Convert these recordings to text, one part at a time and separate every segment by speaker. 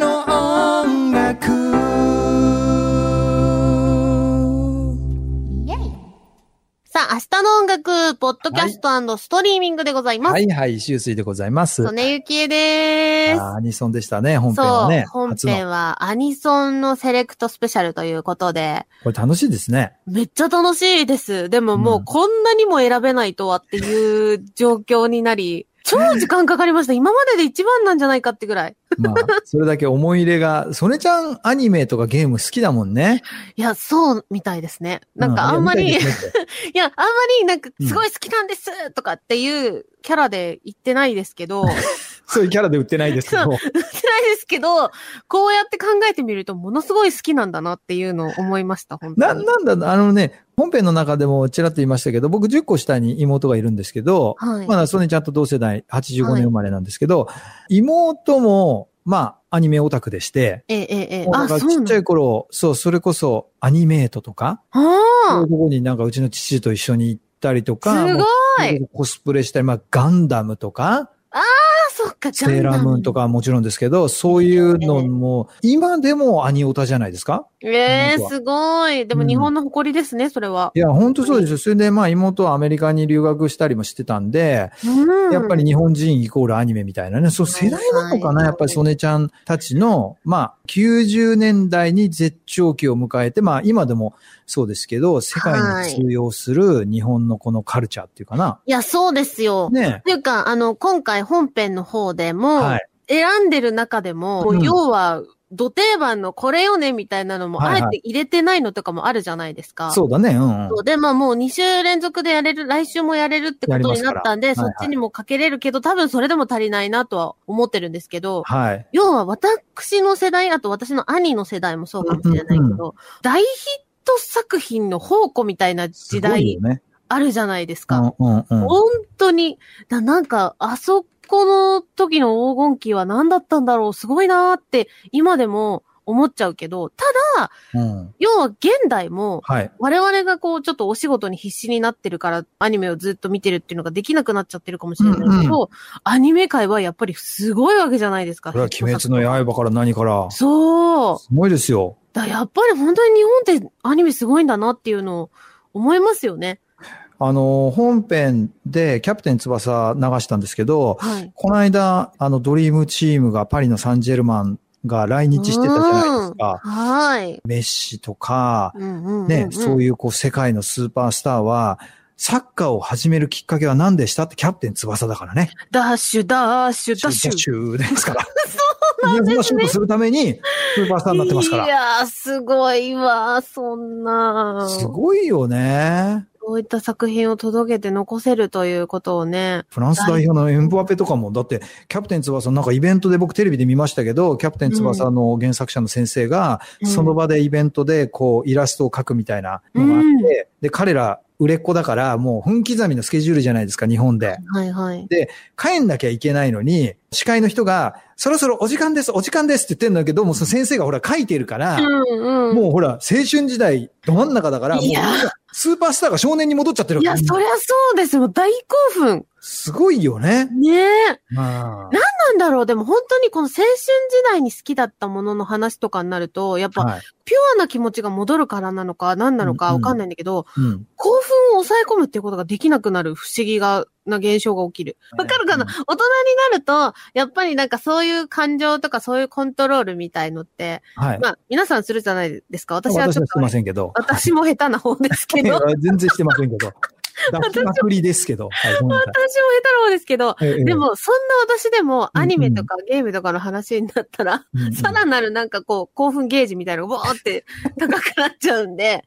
Speaker 1: の音楽
Speaker 2: さあ、明日の音楽、ポッドキャストストリーミングでございます。
Speaker 3: はいはい、周水でございます。
Speaker 2: 曽根ゆきえで
Speaker 3: あーアニソンでしたね、本
Speaker 2: す。
Speaker 3: 編はね。
Speaker 2: そう、本
Speaker 3: 初の
Speaker 2: 編はアニソンのセレクトスペシャルということで、
Speaker 3: これ楽しいですね。
Speaker 2: めっちゃ楽しいです。でもも
Speaker 3: うん
Speaker 2: うこんなにも選べないとはっていう状況にな り、超時間かかりました。今までで一番なんじゃないかってぐらい。
Speaker 3: まあ、それだけ思い入れが、ソネちゃんアニメとかゲーム好きだもんね。
Speaker 2: いや、そうみたいですね。なんかあ
Speaker 3: うん
Speaker 2: まり、
Speaker 3: い
Speaker 2: い
Speaker 3: や
Speaker 2: や
Speaker 3: 見たい ですねって
Speaker 2: あんまりなんかすごい好きなんですとかっていうキャラで言ってないですけど、言っ
Speaker 3: そういうキャラで売ってないですけど。
Speaker 2: てないですけど、こうやって考えてみるとものすごい好きなんだなっていうのを思いました、本当
Speaker 3: な、
Speaker 2: に。
Speaker 3: なんだ、あのね、本編の中でもちらっと言いましたけど、僕10個下に妹がいるんですけど、
Speaker 2: はい。
Speaker 3: まだソネちゃんと同世代、85
Speaker 2: はい
Speaker 3: 年生まれなんですけど、妹も、まあ、アニメオタクでして、
Speaker 2: ええええええ
Speaker 3: もうだ
Speaker 2: あ、
Speaker 3: からち
Speaker 2: そう
Speaker 3: っちゃ
Speaker 2: ないんだ。
Speaker 3: 頃、そう、それこそアニメートとか、そうい
Speaker 2: あ
Speaker 3: うとこになんかうちの父と一緒に行ったりと
Speaker 2: あ、
Speaker 3: か、
Speaker 2: す
Speaker 3: も
Speaker 2: ご
Speaker 3: う
Speaker 2: い。
Speaker 3: コスプレしたり、まあガンダムとか、
Speaker 2: あ、そっか、
Speaker 3: セーラームーンとか
Speaker 2: か。
Speaker 3: はもちろんですけど、そういうのも、今でもアニオタじゃないですか
Speaker 2: ええ
Speaker 3: 妹は
Speaker 2: すごい。でも
Speaker 3: うん
Speaker 2: 日本の誇りですね、それは。
Speaker 3: いや、本当そうですよ。それでまあ妹はアメリカに留学したりもしてたんで、
Speaker 2: うん。
Speaker 3: やっぱり日本人イコールアニメみたいなね、そう世代なのか
Speaker 2: は
Speaker 3: な、
Speaker 2: い
Speaker 3: やっぱりソネちゃんたちの、まあ90年代に絶頂期を迎えて、まあ今でもそうですけど、世界に通用する日本のこのカルチャーっていうかな。
Speaker 2: いや、そうですよ。
Speaker 3: ね。
Speaker 2: っていうか、あの、今回本編の方でも、
Speaker 3: はい
Speaker 2: 選んでる中でも、
Speaker 3: うん
Speaker 2: 要は、土定番のこれよねみたいなのも、
Speaker 3: はいはい
Speaker 2: あえて入れてないのとかもあるじゃないですか。
Speaker 3: そうだね、うん、うん
Speaker 2: そう。。で、まあもう2週連続でやれる、来週もやれるってこ
Speaker 3: やり
Speaker 2: と
Speaker 3: ま
Speaker 2: に
Speaker 3: すか
Speaker 2: な
Speaker 3: ら
Speaker 2: ったんで、
Speaker 3: はいはい
Speaker 2: そっちにもかけれるけど、多分それでも足りないなとは思ってるんですけど、
Speaker 3: はい。
Speaker 2: 要は私の世代、あと私の兄の世代もそうかもしれないけど、
Speaker 3: うんうん
Speaker 2: 大ヒット作品の宝庫みたいな時
Speaker 3: すごい
Speaker 2: 代
Speaker 3: よね。
Speaker 2: あるじゃないです
Speaker 3: う
Speaker 2: か。
Speaker 3: んうんうん。
Speaker 2: 本当に、だなんか、あそこの時の黄金期は何だったんだろう、すごいなーって、今でも思っちゃうけど、ただ、
Speaker 3: うん。
Speaker 2: 要は現代も、
Speaker 3: はい。
Speaker 2: 我々がこう、ちょっとお仕事に必死になってるから、アニメをずっと見てるっていうのができなくなっちゃってるかもしれないけ
Speaker 3: うん
Speaker 2: ど、
Speaker 3: う
Speaker 2: アニメ界はやっぱりすごいわけじゃないですか。
Speaker 3: これは鬼滅の刃から何から。す
Speaker 2: そう。
Speaker 3: ごいですよ。
Speaker 2: だやっぱり本当に日本ってアニメすごいんだなっていうのを思いますよね。
Speaker 3: あの、本編でキャプテン翼流したんですけど、
Speaker 2: はい。
Speaker 3: この間、あの、ドリームチームがパリのサンジェルマンが来日してたじゃないですか。
Speaker 2: はい。
Speaker 3: メッシとか、
Speaker 2: うんうんうん、うん。
Speaker 3: ね、そういうこう世界のスーパースターは、サッカーを始めるきっかけは何でしたってキャプテン翼だからね。
Speaker 2: ダッシュ、ダッシュ、ダッシュ。
Speaker 3: ュですから。 そうなんです、ね。シュートするために、スーパースターになってますか
Speaker 2: い
Speaker 3: ら。
Speaker 2: やー、すごいわ、そんな。
Speaker 3: すごいよね。
Speaker 2: こういった作品を届けて残せるということをね。
Speaker 3: フランス代表のエンバペとかも、だって、キャプテン翼なんかイベントで僕テレビで見ましたけど、キャプテン翼の原作者の先生が、
Speaker 2: うん
Speaker 3: その場でイベントでこうイラストを描くみたいなのがあって、で、彼ら売れっ子だから、もう分刻みのスケジュールじゃないですか、日本で。
Speaker 2: はいはい。
Speaker 3: 帰んなきゃいけないのに、司会の人が、そろそろお時間です、お時間ですって言ってんだけど、もうその先生がほら書いてるから、
Speaker 2: うんうん。
Speaker 3: もうほら、青春時代、ど真ん中だから、もう
Speaker 2: いや
Speaker 3: スーパースターが少年に戻っちゃってる
Speaker 2: い
Speaker 3: わ
Speaker 2: や、
Speaker 3: け
Speaker 2: そりゃそうですよ。大興奮。
Speaker 3: すごいよね。
Speaker 2: ねえ。
Speaker 3: まあ
Speaker 2: なんだろう。でも本当にこの青春時代に好きだったものの話とかになると、やっぱ
Speaker 3: はい。
Speaker 2: ピュアな気持ちが戻るからなのか、何なのかわかんないんだけど、
Speaker 3: うん。
Speaker 2: 興奮を抑え込むっていうことができなくなる不思議が、な現象が起きる。わかるかな、
Speaker 3: うん
Speaker 2: 大人になると、やっぱりなんかそういう感情とかそういうコントロールみたいのって、
Speaker 3: はい。
Speaker 2: まあ皆さんするじゃないですか。私
Speaker 3: 私
Speaker 2: はちょっ
Speaker 3: はして
Speaker 2: と、
Speaker 3: ませんけど。
Speaker 2: 私も下手な方です けど、私も下
Speaker 3: 全然してませんけど。抱きまくりですけど。はい、ごめんなさい
Speaker 2: 手な方ですけど、
Speaker 3: ええ
Speaker 2: で、もそんな私でも
Speaker 3: うん
Speaker 2: アニメとかゲームとかの話になったら、
Speaker 3: うんうん
Speaker 2: さらなるなんかこう、興奮ゲージみたいなのがボーって高くなっちゃうんで、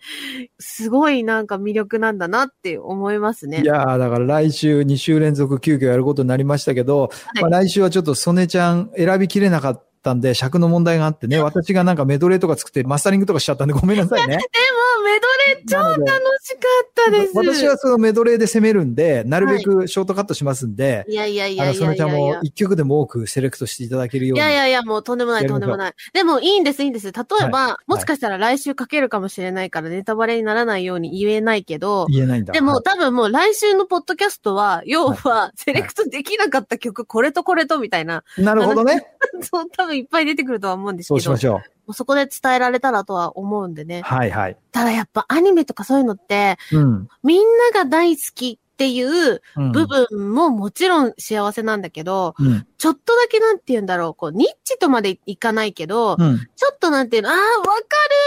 Speaker 2: すごいなんか魅力なんだなって思いますね。
Speaker 3: いやー、だから来週2週連続急遽やることになりましたけど、
Speaker 2: い
Speaker 3: まあ来週はちょっと曽根ちゃん選びきれなかっったんで、尺の問題があってね、私がなんかメドレーとか作ってマスタリングとかしちゃったんでごめんなさいね。
Speaker 2: メドレー超楽しかったです。
Speaker 3: 私はそのメドレーで攻めるんで、なるべくショートカットしますんで、
Speaker 2: いやいやい
Speaker 3: あ
Speaker 2: や
Speaker 3: の、
Speaker 2: い
Speaker 3: サ
Speaker 2: や
Speaker 3: メ
Speaker 2: い
Speaker 3: ちゃん
Speaker 2: やい
Speaker 3: も
Speaker 2: や。
Speaker 3: 一曲でも多くセレクトしていただけるよう
Speaker 2: い
Speaker 3: に。
Speaker 2: やいやいや、もうとんでもな
Speaker 3: や
Speaker 2: い、
Speaker 3: り
Speaker 2: と
Speaker 3: ましょうん
Speaker 2: でもない。でもいいんです、いいんです。例えば、もしかしたら来週書けるかもしれないから、ネタバレにならないように言えないけど、
Speaker 3: 言えないんだ。
Speaker 2: でも
Speaker 3: はい
Speaker 2: 多分もう来週のポッドキャストは、要は、セレクトできなかった曲、これとこれとみたいな、
Speaker 3: なるほどね。
Speaker 2: そう、多分いっぱい出てくるとは思うんです
Speaker 3: そう
Speaker 2: け
Speaker 3: し
Speaker 2: ど、
Speaker 3: ましょ
Speaker 2: もうそこで伝えられたらとは思うんで
Speaker 3: う。
Speaker 2: ね。
Speaker 3: はいはい。
Speaker 2: ただやっぱアニメとかそういうのって、
Speaker 3: うん。
Speaker 2: みんなが大好きっていう
Speaker 3: うん
Speaker 2: 部分ももちろん幸せなんだけど、
Speaker 3: うん。
Speaker 2: ちょっとだけなんて言うんだろう、こう、ニッチとまでいかないけど、
Speaker 3: うん。
Speaker 2: ちょっとなんていうの、ああ、わかる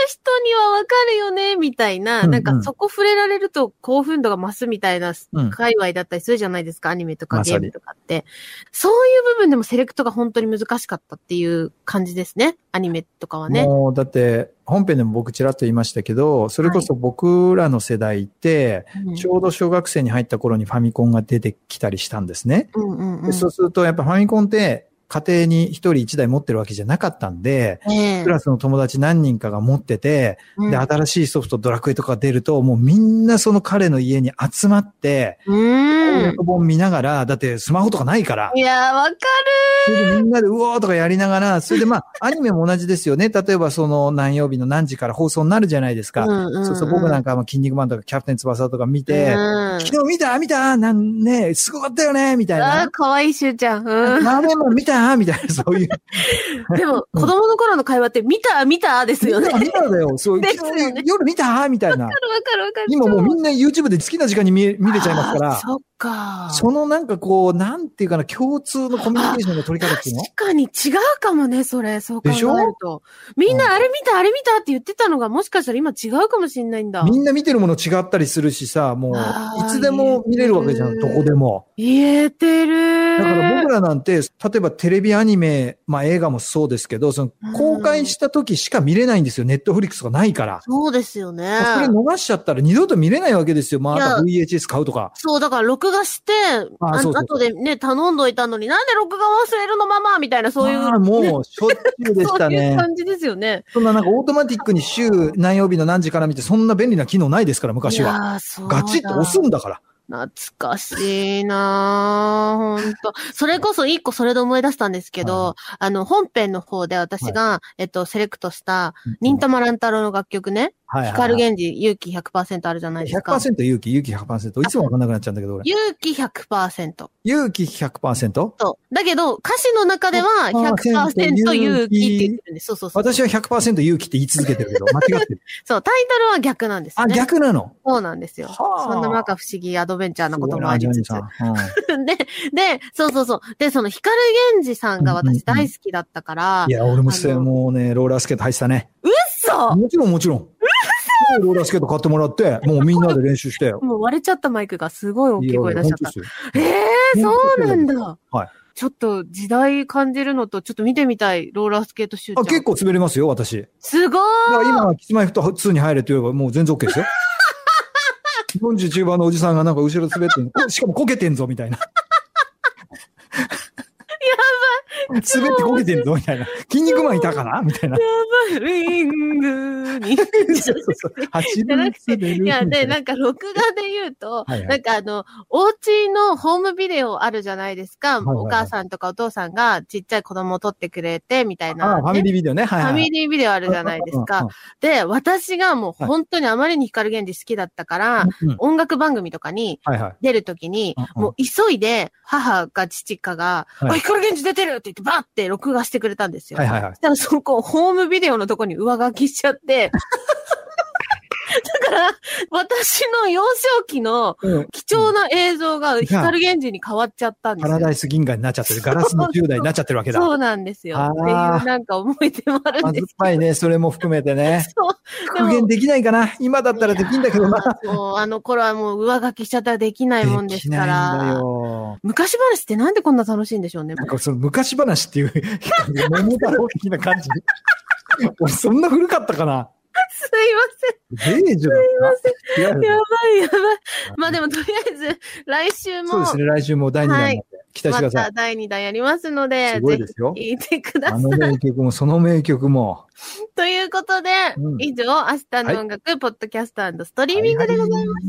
Speaker 2: 人にはわかるよね、みたいな、
Speaker 3: うんうん
Speaker 2: なんかそこ触れられると興奮度が増すみたいな、
Speaker 3: うん
Speaker 2: 界隈だったりするじゃないですか、アニメとか
Speaker 3: ま
Speaker 2: ゲ
Speaker 3: さ
Speaker 2: ー
Speaker 3: に
Speaker 2: ムとかって。そういう部分でもセレクトが本当に難しかったっていう感じですね、アニメとかはね。
Speaker 3: もう、だって、本編でも僕ちらっと言いましたけど、それこそ僕らの世代って、
Speaker 2: うん
Speaker 3: ちょうど小学生に入った頃にファミコンが出てきたりしたんですね。
Speaker 2: うんうんう
Speaker 3: で
Speaker 2: ん。
Speaker 3: そうすると、やっぱファミコンって、家庭に一人一台持ってるわけじゃなかったんで、
Speaker 2: ねえ
Speaker 3: クラスの友達何人かが持ってて、
Speaker 2: うん
Speaker 3: で、新しいソフトドラクエとか出ると、もうみんなその彼の家に集まって、攻
Speaker 2: うん
Speaker 3: 略。本見ながら、だってスマホとかないから
Speaker 2: い、やー、わかる
Speaker 3: それでみんなでうおーとかやりながら、それでま あ、アニメも同じですよね。例えばその何曜日の何時から放送になるじゃないですか。
Speaker 2: んんん
Speaker 3: そうそう、僕なんかはまあ筋肉マンとかキャプテン翼とか見て、
Speaker 2: うん
Speaker 3: 昨日見た見たなんね、すごかったよねみたい
Speaker 2: ああ、
Speaker 3: な。
Speaker 2: かわいいしゅうちゃん。うん。
Speaker 3: ラーメンマン見たみた いな、そういう。
Speaker 2: でも、子供の頃の会話って、見た、見たですよね。
Speaker 3: 見
Speaker 2: わ
Speaker 3: た見ただよ。そう、
Speaker 2: ですよね
Speaker 3: 昨日夜見たみたいな。
Speaker 2: かるわかる。
Speaker 3: 今もうみんな YouTube で好きな時間に見見れちゃいますか
Speaker 2: あー
Speaker 3: ら、
Speaker 2: そっか。
Speaker 3: そのなんかこう、なんていうかな、共通のコミュニケーションの取り方っていうの
Speaker 2: 確かに違うかもね、それ。そう考え
Speaker 3: でしょ
Speaker 2: ると。みん
Speaker 3: うん
Speaker 2: なあれ見た、あれ見たって言ってたのが、もしかしたら今違うかもしれないんだ。
Speaker 3: みんな見てるもの違ったりするしさ、もう、
Speaker 2: あー
Speaker 3: いつでも見れるわけじゃ
Speaker 2: うん
Speaker 3: ん、どこでも。
Speaker 2: 言えてる。
Speaker 3: だから僕らなんて、例えばテレビアニメ、まあ映画もそうですけど、その公開した時しか見れないんですよ、ネットフリックスがないから。
Speaker 2: そうですよね。
Speaker 3: それ逃しちゃったら二度と見れないわけですよ、また VHS 買うとか。
Speaker 2: そう、だから録画して、
Speaker 3: あ
Speaker 2: あ
Speaker 3: そうそうそう
Speaker 2: 後でね、頼んどいたのに、なんで録画忘れるのママみたいな、そういう。
Speaker 3: まあもう、しょっちゅうでした
Speaker 2: そういう
Speaker 3: ね。
Speaker 2: 感じですよね。
Speaker 3: そんななんかオートマティックに週何曜日の何時から見て、そんな便利な機能ないですから、昔は。
Speaker 2: は。そうだ
Speaker 3: ガチッと押すんだから。
Speaker 2: 懐かしいなぁ、ほんと。それこそ一個それで思い出したんですけど、
Speaker 3: は
Speaker 2: あの、本編の方で私が、えっと、セレクトした、忍たま乱太郎の楽曲ね、
Speaker 3: はいはいはい
Speaker 2: 光源氏勇気100%あるじゃないですか。
Speaker 3: 100%勇気、勇気100%。いつもわかんなくなっちゃうんだけど、俺。
Speaker 2: 勇気100%。
Speaker 3: 勇気 100%?
Speaker 2: そう。だけど、歌詞の中では100%
Speaker 3: 100%
Speaker 2: 勇気って言ってるんです。そうそうそう。
Speaker 3: 私は100%勇気って言い続けてるけど、間違ってる。
Speaker 2: そう、タイトルは逆なんです
Speaker 3: あ、
Speaker 2: ね。
Speaker 3: 逆なの。
Speaker 2: そうなんですよ。
Speaker 3: はあ
Speaker 2: そんな摩訶不思議アドベンチャーなこと
Speaker 3: すごい
Speaker 2: もあ
Speaker 3: な
Speaker 2: り
Speaker 3: ジャ
Speaker 2: つ
Speaker 3: ニー
Speaker 2: つ
Speaker 3: さ。ん。うん
Speaker 2: で、 で、そうそうそう。で、その光源氏さんが私大好きだったから、
Speaker 3: いや、俺もせ
Speaker 2: あの
Speaker 3: もうね、ローラースケート入ってたね。
Speaker 2: 嘘
Speaker 3: もちろんもちろん。ローラースケート買ってもらって、もうみんなで練習して。
Speaker 2: もう割れちゃったマイクがすごい大きい声出しちゃった。
Speaker 3: いやいや本当ですよ
Speaker 2: ええー、そうなんだ。
Speaker 3: はい
Speaker 2: ちょっと時代感じるのと、ちょっと見てみたい、ローラースケート集
Speaker 3: あ、結
Speaker 2: 中。
Speaker 3: 構滑りますよ、私。
Speaker 2: すご
Speaker 3: だから
Speaker 2: ーい
Speaker 3: 今、キスマイフット2に入れって言えばもう全然 OK ですよ。49番のおじさんがなんか後ろ滑って んおしかもこけてんぞ、みたいな。やばい。滑ってこけてんぞ、みたいな。筋肉マンいたかなみたいな。
Speaker 2: ウィング に。
Speaker 3: そうそうそう。走
Speaker 2: じゃな
Speaker 3: る
Speaker 2: くて、いや、で、なんか録画で言うと、
Speaker 3: はいはい
Speaker 2: なんかあの、お家のホームビデオあるじゃないですか。
Speaker 3: いはいはい
Speaker 2: お母さんとかお父さんがちっちゃい子供を撮ってくれて、みたいな、
Speaker 3: あ、ファミリービデオね。はい、はい。
Speaker 2: ファミリービデオあるじゃないですか。で、私がもう本当にあまりに光源氏好きだったから、
Speaker 3: うん。うんうん
Speaker 2: 音楽番組とかに
Speaker 3: はいはい。
Speaker 2: 出るときに、
Speaker 3: うんうん
Speaker 2: もう急いで母か父かが、
Speaker 3: はい
Speaker 2: あ、光源氏出てるって言ってバーって録画してくれたんですよ。
Speaker 3: はいはいはい
Speaker 2: そ。したらそこ、ホームビデオのとこに上書きしちゃって、だから、私の幼少期の
Speaker 3: うん
Speaker 2: 貴重な映像が光源氏に変わっちゃったんで
Speaker 3: パ
Speaker 2: す
Speaker 3: ラ
Speaker 2: よ。
Speaker 3: ダイス銀河になっちゃってる。ガラスの10代になっちゃってるわけだ。
Speaker 2: そうなんですよ。
Speaker 3: あー
Speaker 2: っていうなんか思い出もあるん
Speaker 3: ま
Speaker 2: で
Speaker 3: ずっ
Speaker 2: す
Speaker 3: ぱいね、それも含めてね。
Speaker 2: けど、で
Speaker 3: 復
Speaker 2: も
Speaker 3: 元できないかな今だったらできんだけどな。
Speaker 2: もうあの頃はもう上書きしちゃったらできないもん
Speaker 3: で
Speaker 2: で
Speaker 3: き
Speaker 2: す
Speaker 3: な
Speaker 2: か
Speaker 3: いんだ
Speaker 2: ら。
Speaker 3: よ。
Speaker 2: 昔話ってなんでこんな楽しいんでしょう ね。
Speaker 3: なんかその昔話っていう、 桃太郎的な感じ。俺そんな古かったかな
Speaker 2: すいま
Speaker 3: 米寿だった。違う
Speaker 2: せん。や
Speaker 3: よ
Speaker 2: ばいやばい。
Speaker 3: ね
Speaker 2: まあでもとりあえず、来週
Speaker 3: そう
Speaker 2: も
Speaker 3: ですね、来週も第2弾になって。期待してくださ
Speaker 2: また
Speaker 3: い。
Speaker 2: 第2弾やりますので、
Speaker 3: すごいですよ
Speaker 2: ぜひ聞いてくださ
Speaker 3: あ
Speaker 2: い。
Speaker 3: の名曲も、その名曲も。
Speaker 2: ということで、
Speaker 3: うん
Speaker 2: 以上、明日の音楽、ポッドキャストストリーミングでございまし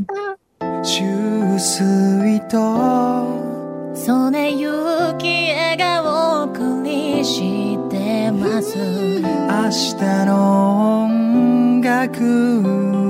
Speaker 2: た。
Speaker 1: 注水と
Speaker 4: それゆき笑顔を繰りしてます
Speaker 1: 明日の音楽